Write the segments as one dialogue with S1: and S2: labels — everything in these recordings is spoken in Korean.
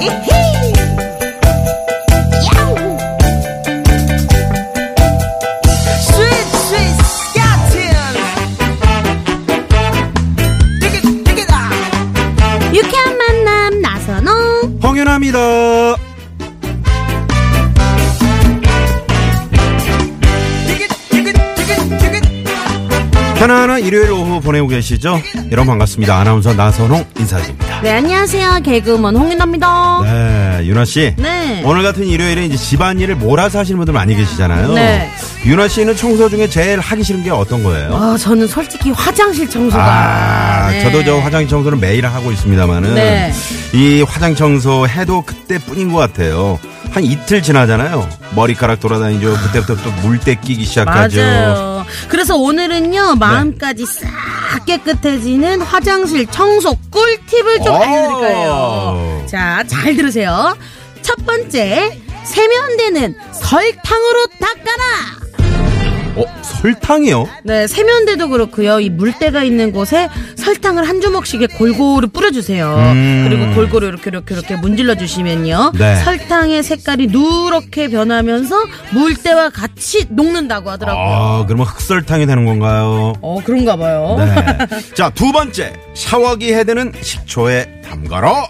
S1: 이히! 야우! 스윗 스윗 스카틴! 디귿 디귿아!
S2: 유쾌한 만남 나선홍
S3: 홍윤아입니다.
S1: 디귿 디귿 디귿 디귿
S3: 편안한 일요일 오후 보내고 계시죠? 여러분 반갑습니다. 아나운서 나선홍 인사드립니다.
S2: 네 안녕하세요 개그우먼 홍윤아입니다
S3: 네, 윤아 씨.
S2: 네.
S3: 오늘 같은 일요일에 이제 집안일을 몰아서 하시는 분들 많이 계시잖아요.
S2: 네.
S3: 윤아 씨는 청소 중에 제일 하기 싫은 게 어떤 거예요?
S2: 아 저는 솔직히 화장실 청소가
S3: 아,
S2: 네.
S3: 저도 저 화장 청소는 매일 하고 있습니다만은
S2: 네.
S3: 이 화장 청소 해도 그때뿐인 것 같아요. 한 이틀 지나잖아요. 머리카락 돌아다니죠. 그때부터 또 물때 끼기 시작하죠.
S2: 맞아요 그래서
S3: 네.
S2: 오늘은요 마음까지 싹 깨끗해지는 화장실 청소 꿀팁을 좀
S3: 오.
S2: 알려드릴 거예요 자 잘 들으세요 첫 번째 세면대는 설탕으로 닦아라
S3: 어, 설탕이요?
S2: 네, 세면대도 그렇고요. 이 물때가 있는 곳에 설탕을 한 주먹씩에 골고루 뿌려주세요.
S3: 음.
S2: 그리고 골고루 이렇게 이렇게 이렇게 문질러 주시면요.
S3: 네.
S2: 설탕의 색깔이 누렇게 변하면서 물때와 같이 녹는다고 하더라고요.
S3: 아, 그러면 흑설탕이 되는 건가요?
S2: 어, 그런가 봐요.
S3: 네. 자, 두 번째. 샤워기 헤드는 식초에 담가라.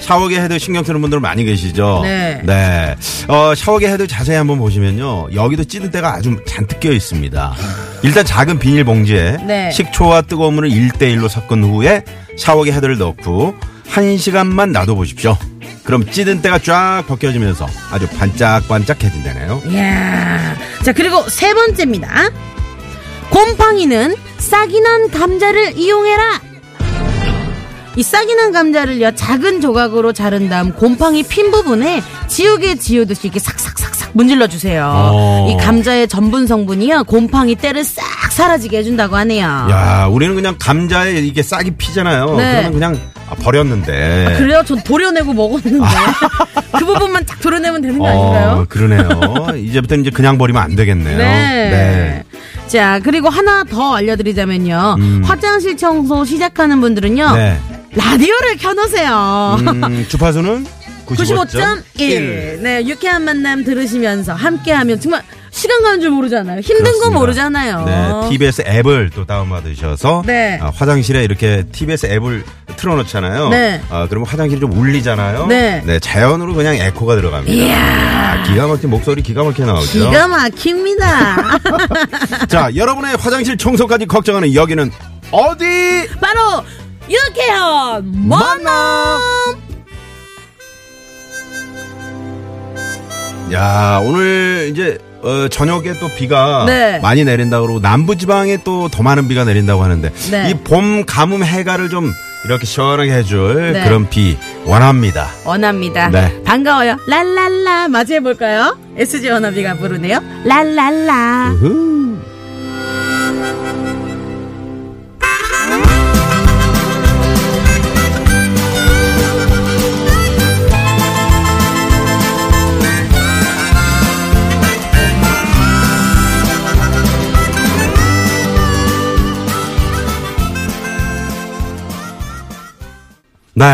S3: 샤워기 헤드 신경 쓰는 분들 많이 계시죠?
S2: 네.
S3: 네. 어, 샤워기 헤드 자세히 한번 보시면요. 여기도 찌든 때가 아주 잔뜩 껴 있습니다. 일단 작은 비닐봉지에
S2: 네.
S3: 식초와 뜨거운 물을 1대1로 섞은 후에 샤워기 헤드를 넣고 한시간만 놔둬보십시오. 그럼 찌든 때가 쫙 벗겨지면서 아주 반짝반짝해진다네요.
S2: 이야. 자, 그리고 세 번째입니다. 곰팡이는 싹이 난 감자를 이용해라. 이 싹이 난 감자를요 작은 조각으로 자른 다음 곰팡이 핀 부분에 지우개 지우듯이 이렇게 싹싹싹싹 문질러 주세요.
S3: 어.
S2: 이 감자의 전분 성분이요 곰팡이 때를 싹 사라지게 해준다고 하네요.
S3: 야, 우리는 그냥 감자에 이게 싹이 피잖아요.
S2: 아. 네.
S3: 그러면 그냥 아, 버렸는데.
S2: 그래요? 전 도려내고 먹었는데 그 부분만 딱 도려내면 되는
S3: 어,
S2: 거 아닌가요?
S3: 그러네요. 이제부터는 이제 그냥 버리면 안 되겠네요.
S2: 네. 자, 그리고 하나 더 알려드리자면요.
S3: 음.
S2: 화장실 청소 시작하는 분들은요.
S3: 네.
S2: 라디오를 켜놓으세요.
S3: 음, 주파수는
S2: 95.1. 네, 유쾌한 만남 들으시면서 함께하면 정말 시간 가는 줄 모르잖아요. 힘든 거
S3: 그렇습니다.
S2: 모르잖아요.
S3: 네, TBS 앱을 또 다운받으셔서
S2: 네.
S3: 아, 화장실에 이렇게 TBS 앱을 틀어놓잖아요.
S2: 네.
S3: 아, 그러면 화장실이 좀 울리잖아요.
S2: 네.
S3: 자연으로 그냥 에코가 들어갑니다. 아, 기가 막힌 목소리 기가 막히게 나오죠.
S2: 기가 막힙니다.
S3: 자, 여러분의 화장실 청소까지 걱정하는 여기는 어디?
S2: 바로 유쾌한 만남.
S3: 야 오늘 이제 어, 저녁에 또 비가
S2: 네.
S3: 많이 내린다 그러고 남부 지방에 또 더 많은 비가 내린다고 하는데
S2: 네.
S3: 이 봄 가뭄 해가를 좀 이렇게 시원하게 해줄
S2: 네.
S3: 그런 비 원합니다.
S2: 원합니다.
S3: 네.
S2: 반가워요. 랄랄라 맞이해 볼까요? SG 원어비가 부르네요. 랄랄라.
S3: 우후. 네,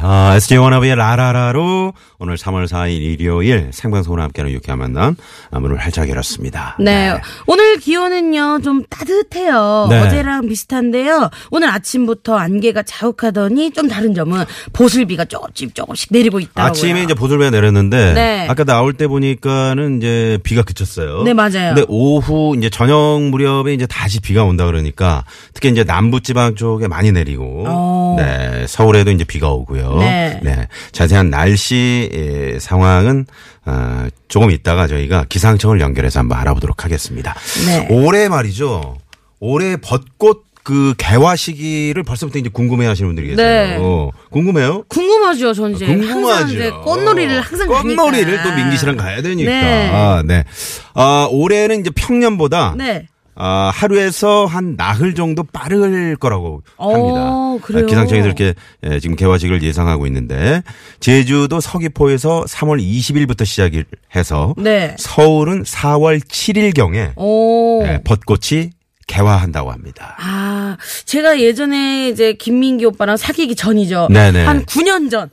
S3: 어, SG 워너비의 라라라로 오늘 3월 4일 일요일 생방송으로 함께하는 유쾌한 만남 아, 문을 활짝 열었습니다.
S2: 네. 오늘 기온은요, 좀 따뜻해요.
S3: 네.
S2: 어제랑 비슷한데요. 오늘 아침부터 안개가 자욱하더니 좀 다른 점은 보슬비가 조금씩 조금씩 내리고 있다고요.
S3: 아침에 이제 보슬비가 내렸는데
S2: 네.
S3: 아까 나올 때 보니까는 이제 비가 그쳤어요.
S2: 네, 맞아요.
S3: 근데 오후 이제 저녁 무렵에 이제 다시 비가 온다 그러니까 특히 이제 남부 지방 쪽에 많이 내리고
S2: 어.
S3: 네, 서울에도 이제 비가 오고요.
S2: 네.
S3: 자세한 날씨 예, 상황은 어, 조금 있다가 저희가 기상청을 연결해서 한번 알아보도록 하겠습니다.
S2: 네.
S3: 올해 말이죠. 올해 벚꽃 그 개화 시기를 벌써부터 이제 궁금해 하시는 분들이 계세요.
S2: 네.
S3: 어, 궁금해요?
S2: 궁금하죠, 전 이제. 네, 항상
S3: 궁금하죠. 어,
S2: 이제 꽃놀이를 항상
S3: 꽃놀이를
S2: 가니까.
S3: 또 민기 씨랑 가야 되니까.
S2: 네.
S3: 아, 네. 아, 올해는 이제 평년보다
S2: 네.
S3: 아, 하루에서 한 나흘 정도 빠를 거라고 합니다. 아,
S2: 어, 그래요?
S3: 기상청에서 이렇게 예, 지금 개화식을 예상하고 있는데 제주도 서귀포에서 3월 20일부터 시작을 해서
S2: 네. 어.
S3: 서울은 4월 7일 경에 예,
S2: 오.
S3: 네. 벚꽃이 개화한다고 합니다.
S2: 아, 제가 예전에 이제 김민기 오빠랑 사귀기 전이죠.
S3: 네네.
S2: 한 9년 전.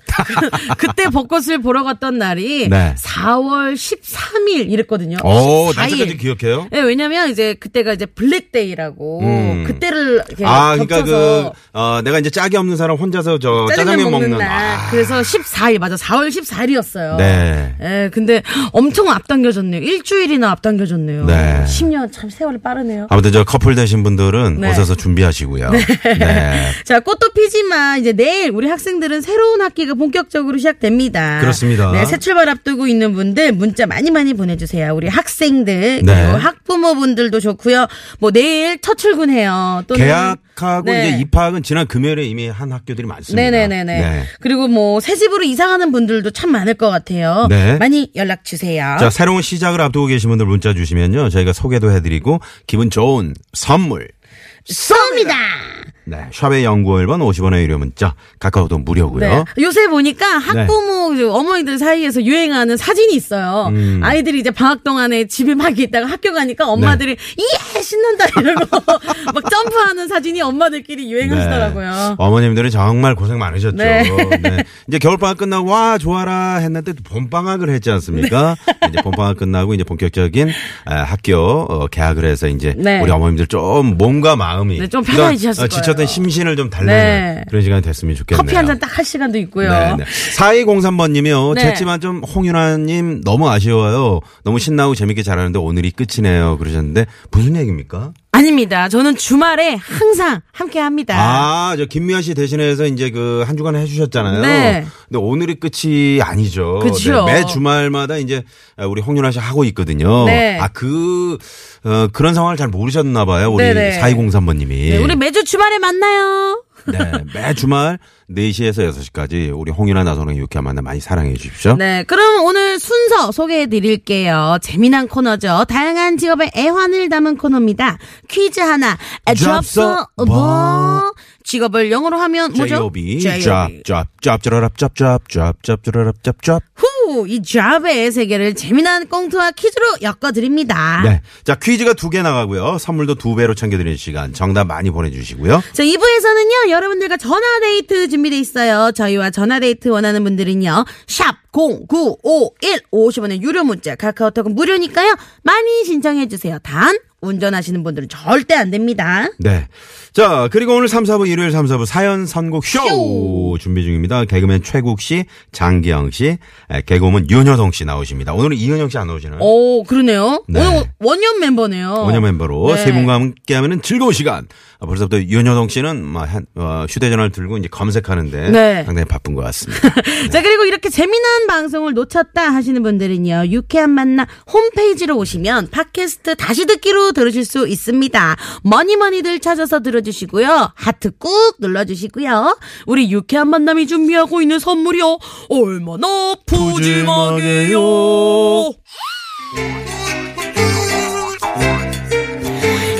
S2: 그때 벚꽃을 보러 갔던 날이
S3: 네.
S2: 4월 13일 이랬거든요.
S3: 오,
S2: 14일.
S3: 날짜까지 기억해요?
S2: 네, 왜냐면 이제 그때가 이제 블랙데이라고
S3: 음.
S2: 그때를 이렇게
S3: 아, 그러니까
S2: 예, 겹쳐서
S3: 그 어, 내가 이제 짝이 없는 사람 혼자서 저
S2: 짜장면, 먹는, 날.
S3: 아,
S2: 그래서 14일 맞아. 4월 14일이었어요.
S3: 네.
S2: 예, 근데 엄청 앞당겨졌네요. 일주일이나 앞당겨졌네요.
S3: 네.
S2: 10년 참 세월이 빠르네요.
S3: 아무튼 저 커플 되신 분들은
S2: 네.
S3: 오셔서 준비하시고요. 네.
S2: 자, 꽃도 피지만 이제 내일 우리 학생들은 새로운 학기가 본격적으로 시작됩니다.
S3: 그렇습니다.
S2: 네, 새 출발 앞두고 있는 분들 문자 많이 많이 보내주세요. 우리 학생들
S3: 네.
S2: 그리고 학부모분들도 좋고요. 뭐 내일 첫 출근해요. 또는
S3: 계약하고
S2: 네.
S3: 이제 입학은 지난 금요일에 이미 한 학교들이 많습니다.
S2: 네네네네.
S3: 네.
S2: 그리고 뭐 새 집으로 이사가는 분들도 참 많을 것 같아요.
S3: 네.
S2: 많이 연락 주세요.
S3: 자, 새로운 시작을 앞두고 계신 분들 문자 주시면요. 저희가 소개도 해드리고 기분 좋은 선물.
S2: 쏩니다.
S3: 네. 샵의 연구 1번 50원의 유료 문자. 카카오톡 무료고요.
S2: 네. 요새 보니까 학부모
S3: 네.
S2: 그리고 어머니들 사이에서 유행하는 사진이 있어요.
S3: 음.
S2: 아이들이 이제 방학 동안에 집에 막 있다가 학교 가니까
S3: 네.
S2: 엄마들이 예 신난다 이러고 막 점프하는 사진이 엄마들끼리 유행하시더라고요.
S3: 네. 어머님들은 정말 고생 많으셨죠.
S2: 네.
S3: 네. 이제 겨울방학 끝나고 와 좋아라 했는데 또 봄방학을 했지 않습니까?
S2: 네.
S3: 이제 봄방학 끝나고 이제 본격적인 아, 학교 어, 개학을 해서 이제
S2: 네.
S3: 우리 어머님들 좀 몸과 마음이
S2: 네, 좀
S3: 그런,
S2: 편안해지셨을
S3: 어,
S2: 거예요.
S3: 지쳤던 심신을 좀 달래는
S2: 네.
S3: 그런 시간이 됐으면 좋겠네요.
S2: 커피 한 잔 딱 할 시간도 있고요.
S3: 네, 네. 4203번님이요.
S2: 네.
S3: 제 쟤지만 좀 홍윤아님 너무 아쉬워요. 너무 신나고 재밌게 잘하는데 오늘이 끝이네요. 그러셨는데 무슨 얘기입니까?
S2: 아닙니다. 저는 주말에 항상 함께 합니다.
S3: 아, 저 김미아 씨 대신해서 이제 그 한 주간 해주셨잖아요.
S2: 네.
S3: 근데 오늘이 끝이 아니죠.
S2: 그치요.
S3: 네, 매 주말마다 이제 우리 홍윤아 씨 하고 있거든요.
S2: 네.
S3: 아, 그, 어, 그런 상황을 잘 모르셨나 봐요. 우리
S2: 네네.
S3: 4203번님이.
S2: 네, 우리 매주 주말에 만나요.
S3: 네, 매 주말 4시에서 6시까지 우리 홍윤아 나선홍의 유쾌한 만남 많이 사랑해 주십시오.
S2: 네, 그럼 오늘 순서 소개해 드릴게요. 재미난 코너죠. 다양한 직업의 애환을 담은 코너입니다. 퀴즈 하나,
S3: 잡서
S2: 잡서 뭐?
S3: 뭐?
S2: 직업을 영어로 하면 뭐죠?
S3: J.O.B.
S2: J.O.B.
S3: 짭짭짭짭짭짭짭짭짭짭짭짭짭짭
S2: 후, 이 잡의 세계를 재미난 꽁트와 퀴즈로 엮어드립니다.
S3: 네. 자, 퀴즈가 두 개 나가고요. 선물도 두 배로 챙겨드리는 시간. 정답 많이 보내주시고요.
S2: 자, 2부에서는요, 여러분들과 전화데이트 준비돼 있어요. 저희와 전화데이트 원하는 분들은요, 샵0951 50원의 유료 문자, 카카오톡은 무료니까요, 많이 신청해주세요. 단, 운전하시는 분들은 절대 안 됩니다.
S3: 네. 자, 그리고 오늘 3, 4부, 일요일 3, 4부 사연 선곡
S2: 쇼!
S3: 쇼! 준비 중입니다. 개그맨 최국 씨, 장기영 씨, 에, 개그우먼 윤여동 씨 나오십니다. 오늘은 이은영 씨 안 나오시나요?
S2: 오, 그러네요.
S3: 네.
S2: 오늘 원년 멤버네요.
S3: 원년 멤버로
S2: 네.
S3: 세 분과 함께 하면은 즐거운 시간. 아, 벌써부터 윤여동 씨는 막 한- 어, 휴대전화를 들고 이제 검색하는데
S2: 네.
S3: 상당히 바쁜 것 같습니다.
S2: 자, 그리고 이렇게 재미난 방송을 놓쳤다 하시는 분들은요, 유쾌한 만남 홈페이지로 오시면 팟캐스트 다시 듣기로 들으실 수 있습니다. 머니머니들 찾아서 들어주시고요, 하트 꾹 눌러주시고요, 우리 유쾌한 만남이 준비하고 있는 선물이요, 얼마나 푸짐하게요.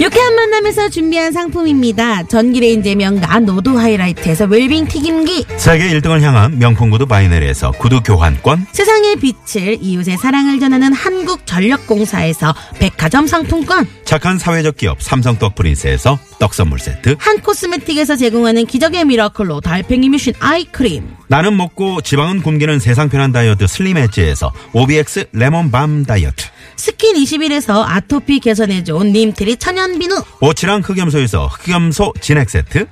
S2: 유쾌한 만남에서 준비한 상품입니다. 전기레인지 명가 노드 하이라이트에서 웰빙 튀김기.
S3: 세계 1등을 향한 명품 구두 바이네리에서 구두 교환권.
S2: 세상의 빛을 이웃의 사랑을 전하는 한국전력공사에서 백화점 상품권,
S3: 착한 사회적 기업 삼성 떡 프린스에서 떡 선물 세트.
S2: 한 코스메틱에서 제공하는 기적의 미라클로 달팽이 뮤신 아이크림,
S3: 나는 먹고 지방은 굶기는 세상 편한 다이어트 슬림 엣지에서 OBX 레몬밤 다이어트.
S2: 스킨 21에서 아토피 개선해준 님트리 천연 비누,
S3: 오치랑 흑염소에서 흑염소 진액 세트.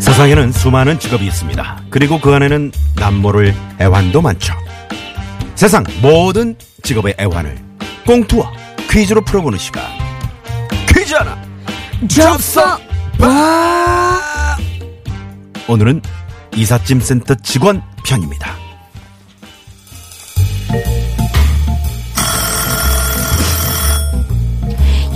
S3: 세상에는 수많은 직업이 있습니다. 그리고 그 안에는 남모를 애환도 많죠. 세상 모든 직업의 애환을 꽁투와 퀴즈로 풀어보는 시간. 퀴즈 하나.
S2: 접속
S3: 오늘은 이삿짐 센터 직원 편입니다.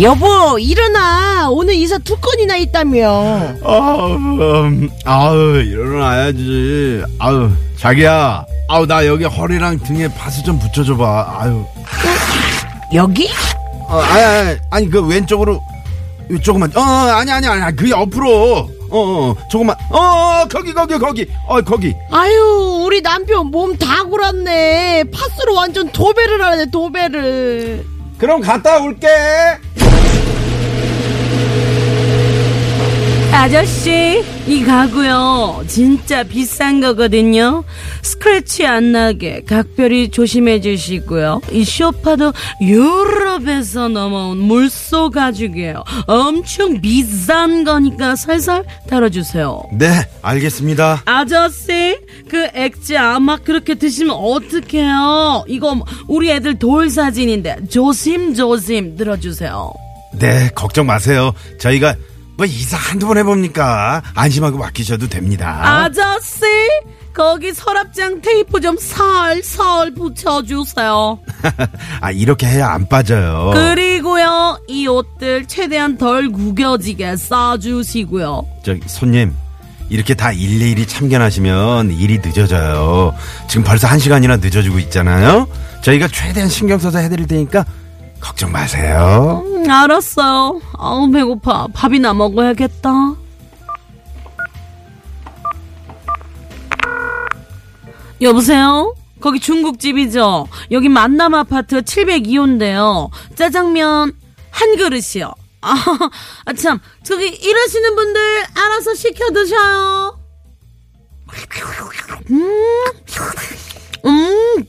S2: 여보 일어나 오늘 이사 두 건이나 있다며
S3: 아우, 음, 아우, 일어나야지. 아우, 자기야. 아우, 나 여기 허리랑 등에 파스 좀 붙여줘봐. 아유.
S2: 어? 여기?
S3: 어, 아니, 아니, 아니, 그 왼쪽으로, 이 조금만. 어, 아니, 아니, 아니, 그 옆으로. 어, 어, 조금만. 어, 어, 거기, 거기, 거기. 어, 거기.
S2: 아유 우리 남편 몸 다 골았네 파스로 완전 도배를 하네 도배를
S3: 그럼 갔다 올게.
S4: 아저씨, 이 가구요. 진짜 비싼 거거든요. 스크래치 안 나게 각별히 조심해 주시고요. 이 쇼파도 유럽에서 넘어온 물소 가죽이에요. 엄청 비싼 거니까 살살 달아주세요.
S3: 네, 알겠습니다.
S4: 아저씨, 그 액체 아마 그렇게 드시면 어떡해요? 이거 우리 애들 돌 사진인데 조심조심 들어주세요.
S3: 네, 걱정 마세요. 저희가 뭐 이사 한두 번 해봅니까? 안심하고 맡기셔도 됩니다.
S4: 아저씨 거기 서랍장 테이프 좀 살살 붙여주세요
S3: 아, 이렇게 해야 안 빠져요.
S4: 그리고요 이 옷들 최대한 덜 구겨지게 싸주시고요
S3: 저기 손님 이렇게 다 일일이 참견하시면 일이 늦어져요. 지금 벌써 한 시간이나 늦어지고 있잖아요. 저희가 최대한 신경 써서 해드릴 테니까 걱정 마세요.
S4: 음, 알았어요 아우 배고파 밥이나 먹어야겠다 여보세요? 거기 중국집이죠? 여기 만남 아파트 702호인데요. 짜장면 한 그릇이요. 아, 아, 참. 저기 일하시는 분들 알아서 시켜 드셔요. 음, 음,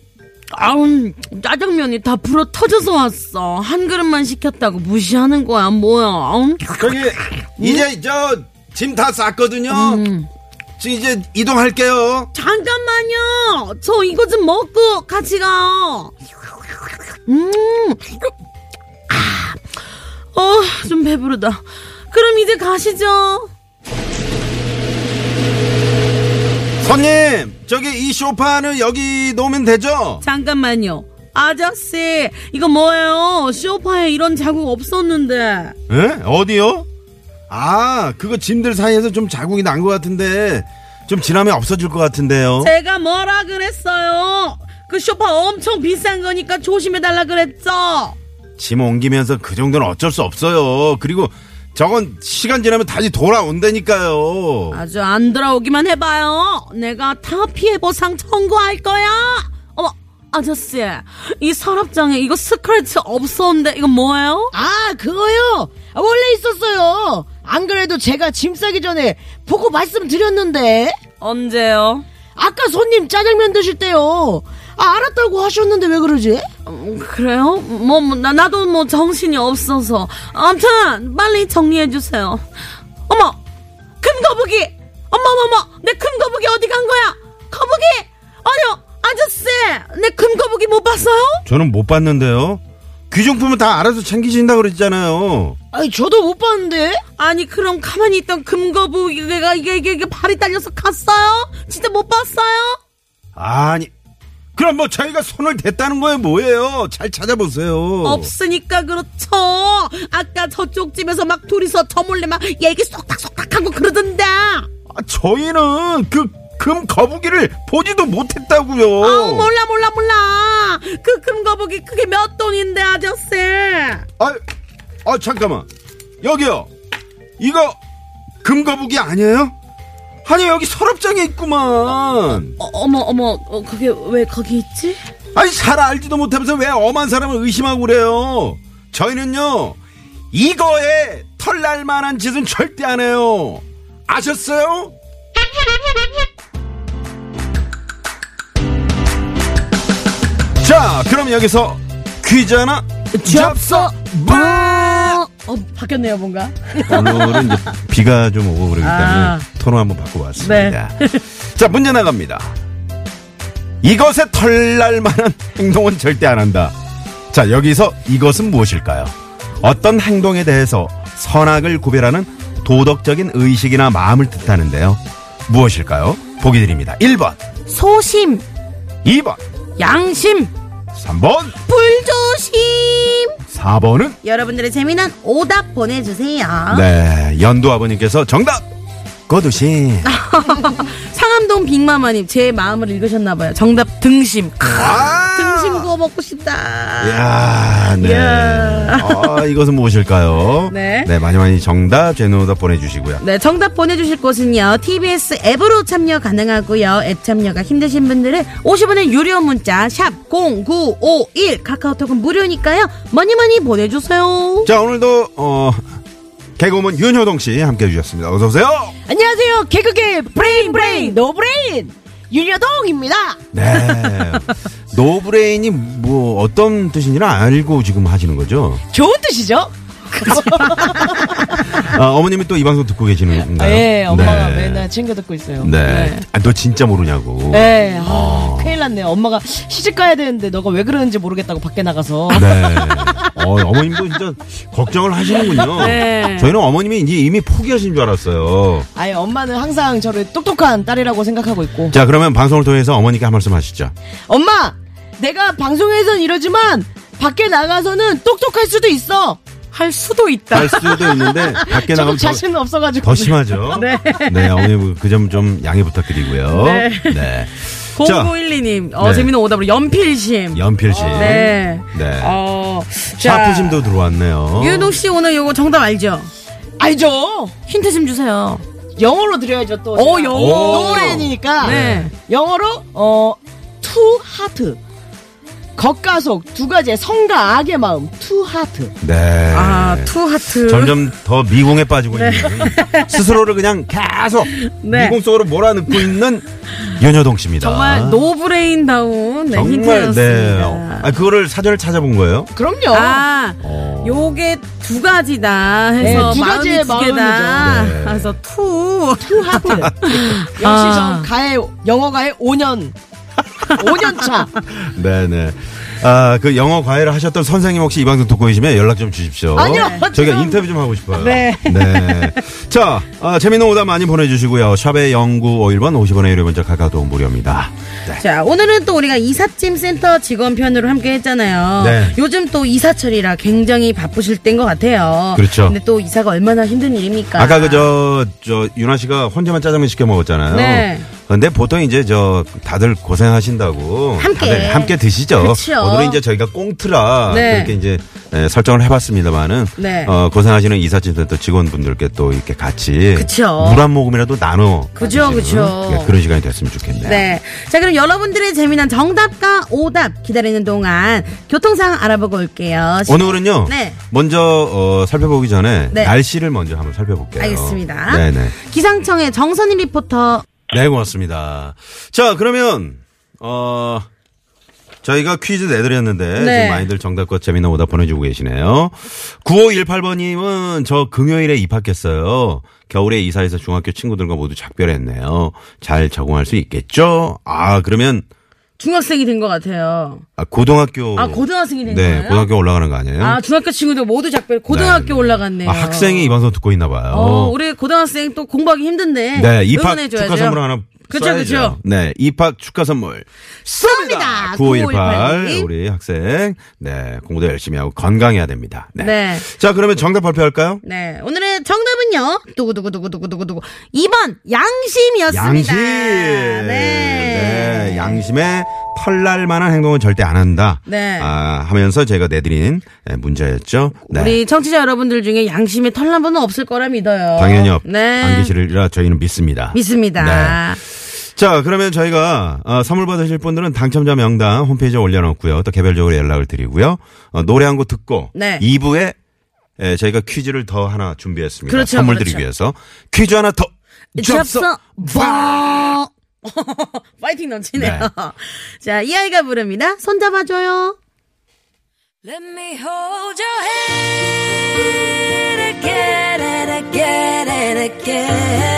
S4: 아우, 짜장면이 다 불어 터져서 왔어. 한 그릇만 시켰다고 무시하는 거야, 뭐야. 아우.
S3: 저기 이제 저 짐 다 쌌거든요. 지금 이제 이동할게요.
S4: 잠깐만요. 저 이거 좀 먹고 같이 가. 음. 아. 어, 좀 배부르다. 그럼 이제 가시죠.
S3: 손님 저기 이 쇼파는 여기 놓으면 되죠?
S4: 잠깐만요. 아저씨, 이거 뭐예요? 쇼파에 이런 자국 없었는데.
S3: 에? 예? 어디요? 아 그거 짐들 사이에서 좀 자국이 난 것 같은데 좀 지나면 없어질 것 같은데요.
S4: 제가 뭐라 그랬어요? 그 쇼파 엄청 비싼 거니까 조심해달라 그랬죠?
S3: 짐 옮기면서 그 정도는 어쩔 수 없어요. 그리고 저건 시간 지나면 다시 돌아온다니까요.
S4: 아주 안 돌아오기만 해봐요. 내가 다 피해 보상 청구할 거야. 어머, 아저씨, 이 서랍장에 이거 스크래치 없었는데 이거 뭐예요?
S2: 아 그거요 아, 원래 있었어요 안 그래도 제가 짐 싸기 전에 보고 말씀드렸는데
S4: 언제요?
S2: 아까 손님 짜장면 드실 때요 아 알았다고 하셨는데 왜 그러지?
S4: 음, 그래요? 뭐, 뭐, 나, 나도 뭐 정신이 없어서. 아무튼 빨리 정리해 주세요. 어머, 큰 거북이. 어머, 어머, 어머, 내 큰 거북이 어디 간 거야? 거북이, 어려, 아저씨, 내 큰 거북이 못 봤어요?
S3: 저는 못 봤는데요. 귀중품은 다 알아서 챙기신다 그랬잖아요.
S2: 아니 저도 못 봤는데
S4: 아니 그럼 가만히 있던 금거북이가 이게 이게, 이게 발이 딸려서 갔어요? 진짜 못 봤어요?
S3: 아니 그럼 뭐 저희가 손을 댔다는 거예요 뭐예요? 잘 찾아보세요.
S4: 어. 없으니까 그렇죠. 아까 저쪽 집에서 막 둘이서 저 몰래 막 얘기 쏙닥쏙닥하고 그러던데. 어.
S3: 아, 저희는 그 금 거북이를 보지도 못했다고요.
S4: 아우 몰라 몰라 몰라. 그 금거북이 그게 몇 돈인데 아저씨.
S3: 아, 아 잠깐만 여기요 이거 금거북이 아니에요? 아니 여기 서랍장에 있구만
S4: 어, 머 어머 어, 그게 왜 거기 있지?
S3: 아니 잘 알지도 못하면서 왜 엄한 사람을 의심하고 그래요 저희는요 이거에 털날 만한 짓은 절대 안 해요 아셨어요? 자 그럼 여기서 퀴즈 하나 접속 봐!
S4: 어, 어, 바뀌었네요, 뭔가.
S3: 오늘은 이제 비가 좀 오고 그러기 때문에
S4: 아. 네.
S3: 토너 한번 바꿔봤습니다. 자, 문제 나갑니다. 이것에 털날 만한 행동은 절대 안 한다. 자, 여기서 이것은 무엇일까요? 어떤 행동에 대해서 선악을 구별하는 도덕적인 의식이나 마음을 뜻하는데요. 무엇일까요? 보기 드립니다. 1번,
S4: 소심,
S3: 2번,
S4: 양심,
S3: 3번,
S4: 불조심.
S3: 4번은
S4: 여러분들의 재미난 오답 보내주세요.
S3: 네, 연두 아버님께서 정답 거두신
S4: 아, 상암동 빅마마님, 제 마음을 읽으셨나봐요. 정답, 등심. 크,
S3: 아!
S4: 등심 구워 먹고 싶다.
S3: 이야, 네.
S4: 이야.
S3: 아, 이것은 무엇일까요?
S4: 네.
S3: 많이 많이 정답, 제노다 보내주시고요.
S4: 네, 정답 보내주실 곳은요. TBS 앱으로 참여 가능하고요. 앱 참여가 힘드신 분들은 50원의 유료 문자 샵 #0951 카카오톡은 무료니까요. 많이 많이 보내주세요.
S3: 자, 오늘도, 어, 개그우먼 윤효동 씨 함께 해주셨습니다. 어서오세요!
S4: 안녕하세요, 개그계 브레인 브레인 노브레인 윤여동입니다.
S3: 네. 노브레인이 뭐, 어떤 뜻인지는 알고 지금 하시는 거죠?
S2: 좋은 뜻이죠?
S3: 아, 어머님이 또 이 방송 듣고 계시는 건가요?
S2: 예, 엄마가 맨날 챙겨 듣고 있어요.
S3: 네. 아, 너 진짜 모르냐고.
S2: 예, 아, 큰일 났네요. 엄마가 시집 가야 되는데 너가 왜 그러는지 모르겠다고 밖에 나가서.
S3: 네. 어, 어머님도 진짜 걱정을 하시는군요.
S4: 네.
S3: 저희는 어머님이 이제 이미 포기하신 줄 알았어요.
S2: 아예 엄마는 항상 저를 똑똑한 딸이라고 생각하고 있고.
S3: 자, 그러면 방송을 통해서 어머니께 한 말씀 하시죠.
S2: 엄마! 내가 방송에선 이러지만 밖에 나가서는 똑똑할 수도 있어!
S5: 할 수도 있다.
S3: 할 수도 있는데
S2: 조금
S3: 밖에 나가면 더,
S2: 자신은 없어가지고.
S3: 더 심하죠. 네. 어머님 그 점 좀 양해 부탁드리고요. 네.
S4: 0912님, 어,
S3: 네.
S4: 재밌는 오답으로 연필심.
S3: 연필 씨.
S4: 네.
S3: 네.
S4: 어, 자,
S3: 샤프심도 들어왔네요.
S4: 윤동 씨 오늘 요거 정답 알죠?
S2: 알죠?
S4: 힌트 좀 주세요.
S2: 영어로 드려야죠, 또.
S4: 어,
S2: 제가. 어. 예.
S4: 영어.
S3: 오.
S2: 노래니까.
S4: 네.
S2: 영어로 어, 투 하트. 겉가속 두 가지의 성과 악의 마음 투 하트.
S3: 네.
S4: 아, 투하트.
S3: 점점 더 미궁에 빠지고 있는 스스로를 그냥 계속
S4: 네.
S3: 미궁 속으로 몰아넣고 있는 윤여동 씨입니다.
S4: 정말 노브레인다운 네,
S3: 아. 정말 네.
S4: 힌트였습니다.
S3: 아 그거를 사전을 찾아본 거예요?
S2: 그럼요.
S4: 아,
S3: 네. 어.
S4: 요게 두 가지다 해서
S2: 네, 두 가지의
S4: 마음이 두 개다.
S3: 마음이죠. 네.
S4: 그래서 투.
S2: 투 하트. 역시
S4: 아.
S2: 저 가해 영어가의 5년 5년 차.
S3: 네네. 아, 그 영어 과외를 하셨던 선생님 혹시 이 방송 듣고 계시면 연락 좀 주십시오.
S2: 아니요,
S3: 저희가
S2: 지금.
S3: 인터뷰 좀 하고 싶어요.
S2: 네.
S3: 네. 자, 아, 재미있는 오답 많이 보내주시고요. 샵의 0951번 50원의 유료 문자 카카오톡 무료입니다.
S4: 자, 오늘은 또 우리가 이삿짐 센터 직원 편으로 함께 했잖아요.
S3: 네.
S4: 어, 요즘 또 이사철이라 굉장히 바쁘실 때인 것
S2: 어,
S4: 같아요.
S3: 그렇죠.
S2: 네,
S4: 근데 또 이사가 얼마나 힘든 일입니까?
S3: 아까 그 저, 저, 윤아 씨가 혼자만 짜장면 시켜 먹었잖아요.
S4: 네.
S3: 근데 보통 이제 저, 다들 고생하신다고.
S4: 함께.
S3: 다들 함께 드시죠.
S4: 그렇죠.
S3: 오늘은 이제 저희가 꽁트라.
S4: 네.
S3: 이렇게 이제 예, 설정을 해봤습니다만은.
S4: 네.
S3: 어, 고생하시는 이삿짐센터 직원분들께 또 이렇게 같이.
S4: 그쵸.
S3: 물 한 모금이라도 나눠.
S4: 그죠,
S3: 드시는
S4: 그죠.
S3: 예, 그런 시간이 됐으면 좋겠네요.
S4: 네. 자, 그럼 여러분들의 재미난 정답과 오답 기다리는 동안 교통상 알아보고 올게요.
S3: 오늘은요.
S4: 네.
S3: 먼저 어, 살펴보기 전에
S4: 네.
S3: 날씨를 먼저 한번 살펴볼게요.
S4: 알겠습니다.
S3: 네네.
S4: 기상청의 정선희 리포터.
S3: 네 고맙습니다. 자 그러면 어 저희가 퀴즈 내드렸는데
S4: 네.
S3: 지금 많이들 정답과 재미난 오답 보내주고 계시네요. 9518번님은 저 금요일에 입학했어요. 겨울에 이사해서 중학교 친구들과 모두 작별했네요. 잘 적응할 수 있겠죠? 아 그러면
S4: 중학생이 된 것 같아요.
S3: 아, 고등학교
S4: 아, 고등학생이 된
S3: 네
S4: 거예요?
S3: 고등학교 올라가는 거 아니에요?
S4: 아, 중학교 친구들 모두 작별, 고등학교
S3: 네.
S4: 올라갔네요.
S3: 아, 학생이 이 방송 듣고 있나 봐요.
S4: 어, 우리 고등학생 또 공부하기 힘든데.
S3: 네, 입학
S4: 응원해줘야죠.
S3: 축하 선물 하나
S4: 그쵸,
S3: 써야죠.
S4: 그쵸.
S3: 네, 입학 축하 선물
S4: 쏩니다!
S3: 9518
S4: 9518.
S3: 우리 학생. 네, 공부도 열심히 하고 건강해야 됩니다. 네.
S4: 네.
S3: 자, 그러면 정답 발표할까요?
S4: 네. 오늘의 정답은요. 두구두구두구두구두구두구. 2번, 양심이었습니다.
S3: 양심.
S4: 네.
S3: 네, 양심에 털날 만한 행동은 절대 안 한다.
S4: 네.
S3: 아, 하면서 제가 내드린 네, 문제였죠. 네.
S4: 우리 청취자 여러분들 중에 양심에 털난 분은 없을 거라 믿어요.
S3: 당연히 없,
S4: 네.
S3: 안 계시리라 저희는 믿습니다.
S4: 믿습니다.
S3: 자, 그러면 저희가 어, 선물 받으실 분들은 당첨자 명단 홈페이지에 올려놓고요. 또 개별적으로 연락을 드리고요. 어, 노래 한 곡 듣고
S4: 네.
S3: 2부에 에, 저희가 퀴즈를 더 하나 준비했습니다.
S4: 그렇죠,
S3: 선물
S4: 그렇죠.
S3: 드리기 위해서 퀴즈 하나 더
S4: 접서
S3: 접서
S4: 봐. 파이팅 넘치네요. 어.
S3: 네.
S4: 자, 이 아이가 부릅니다. 손잡아줘요.
S6: Let me hold your hand.
S7: 해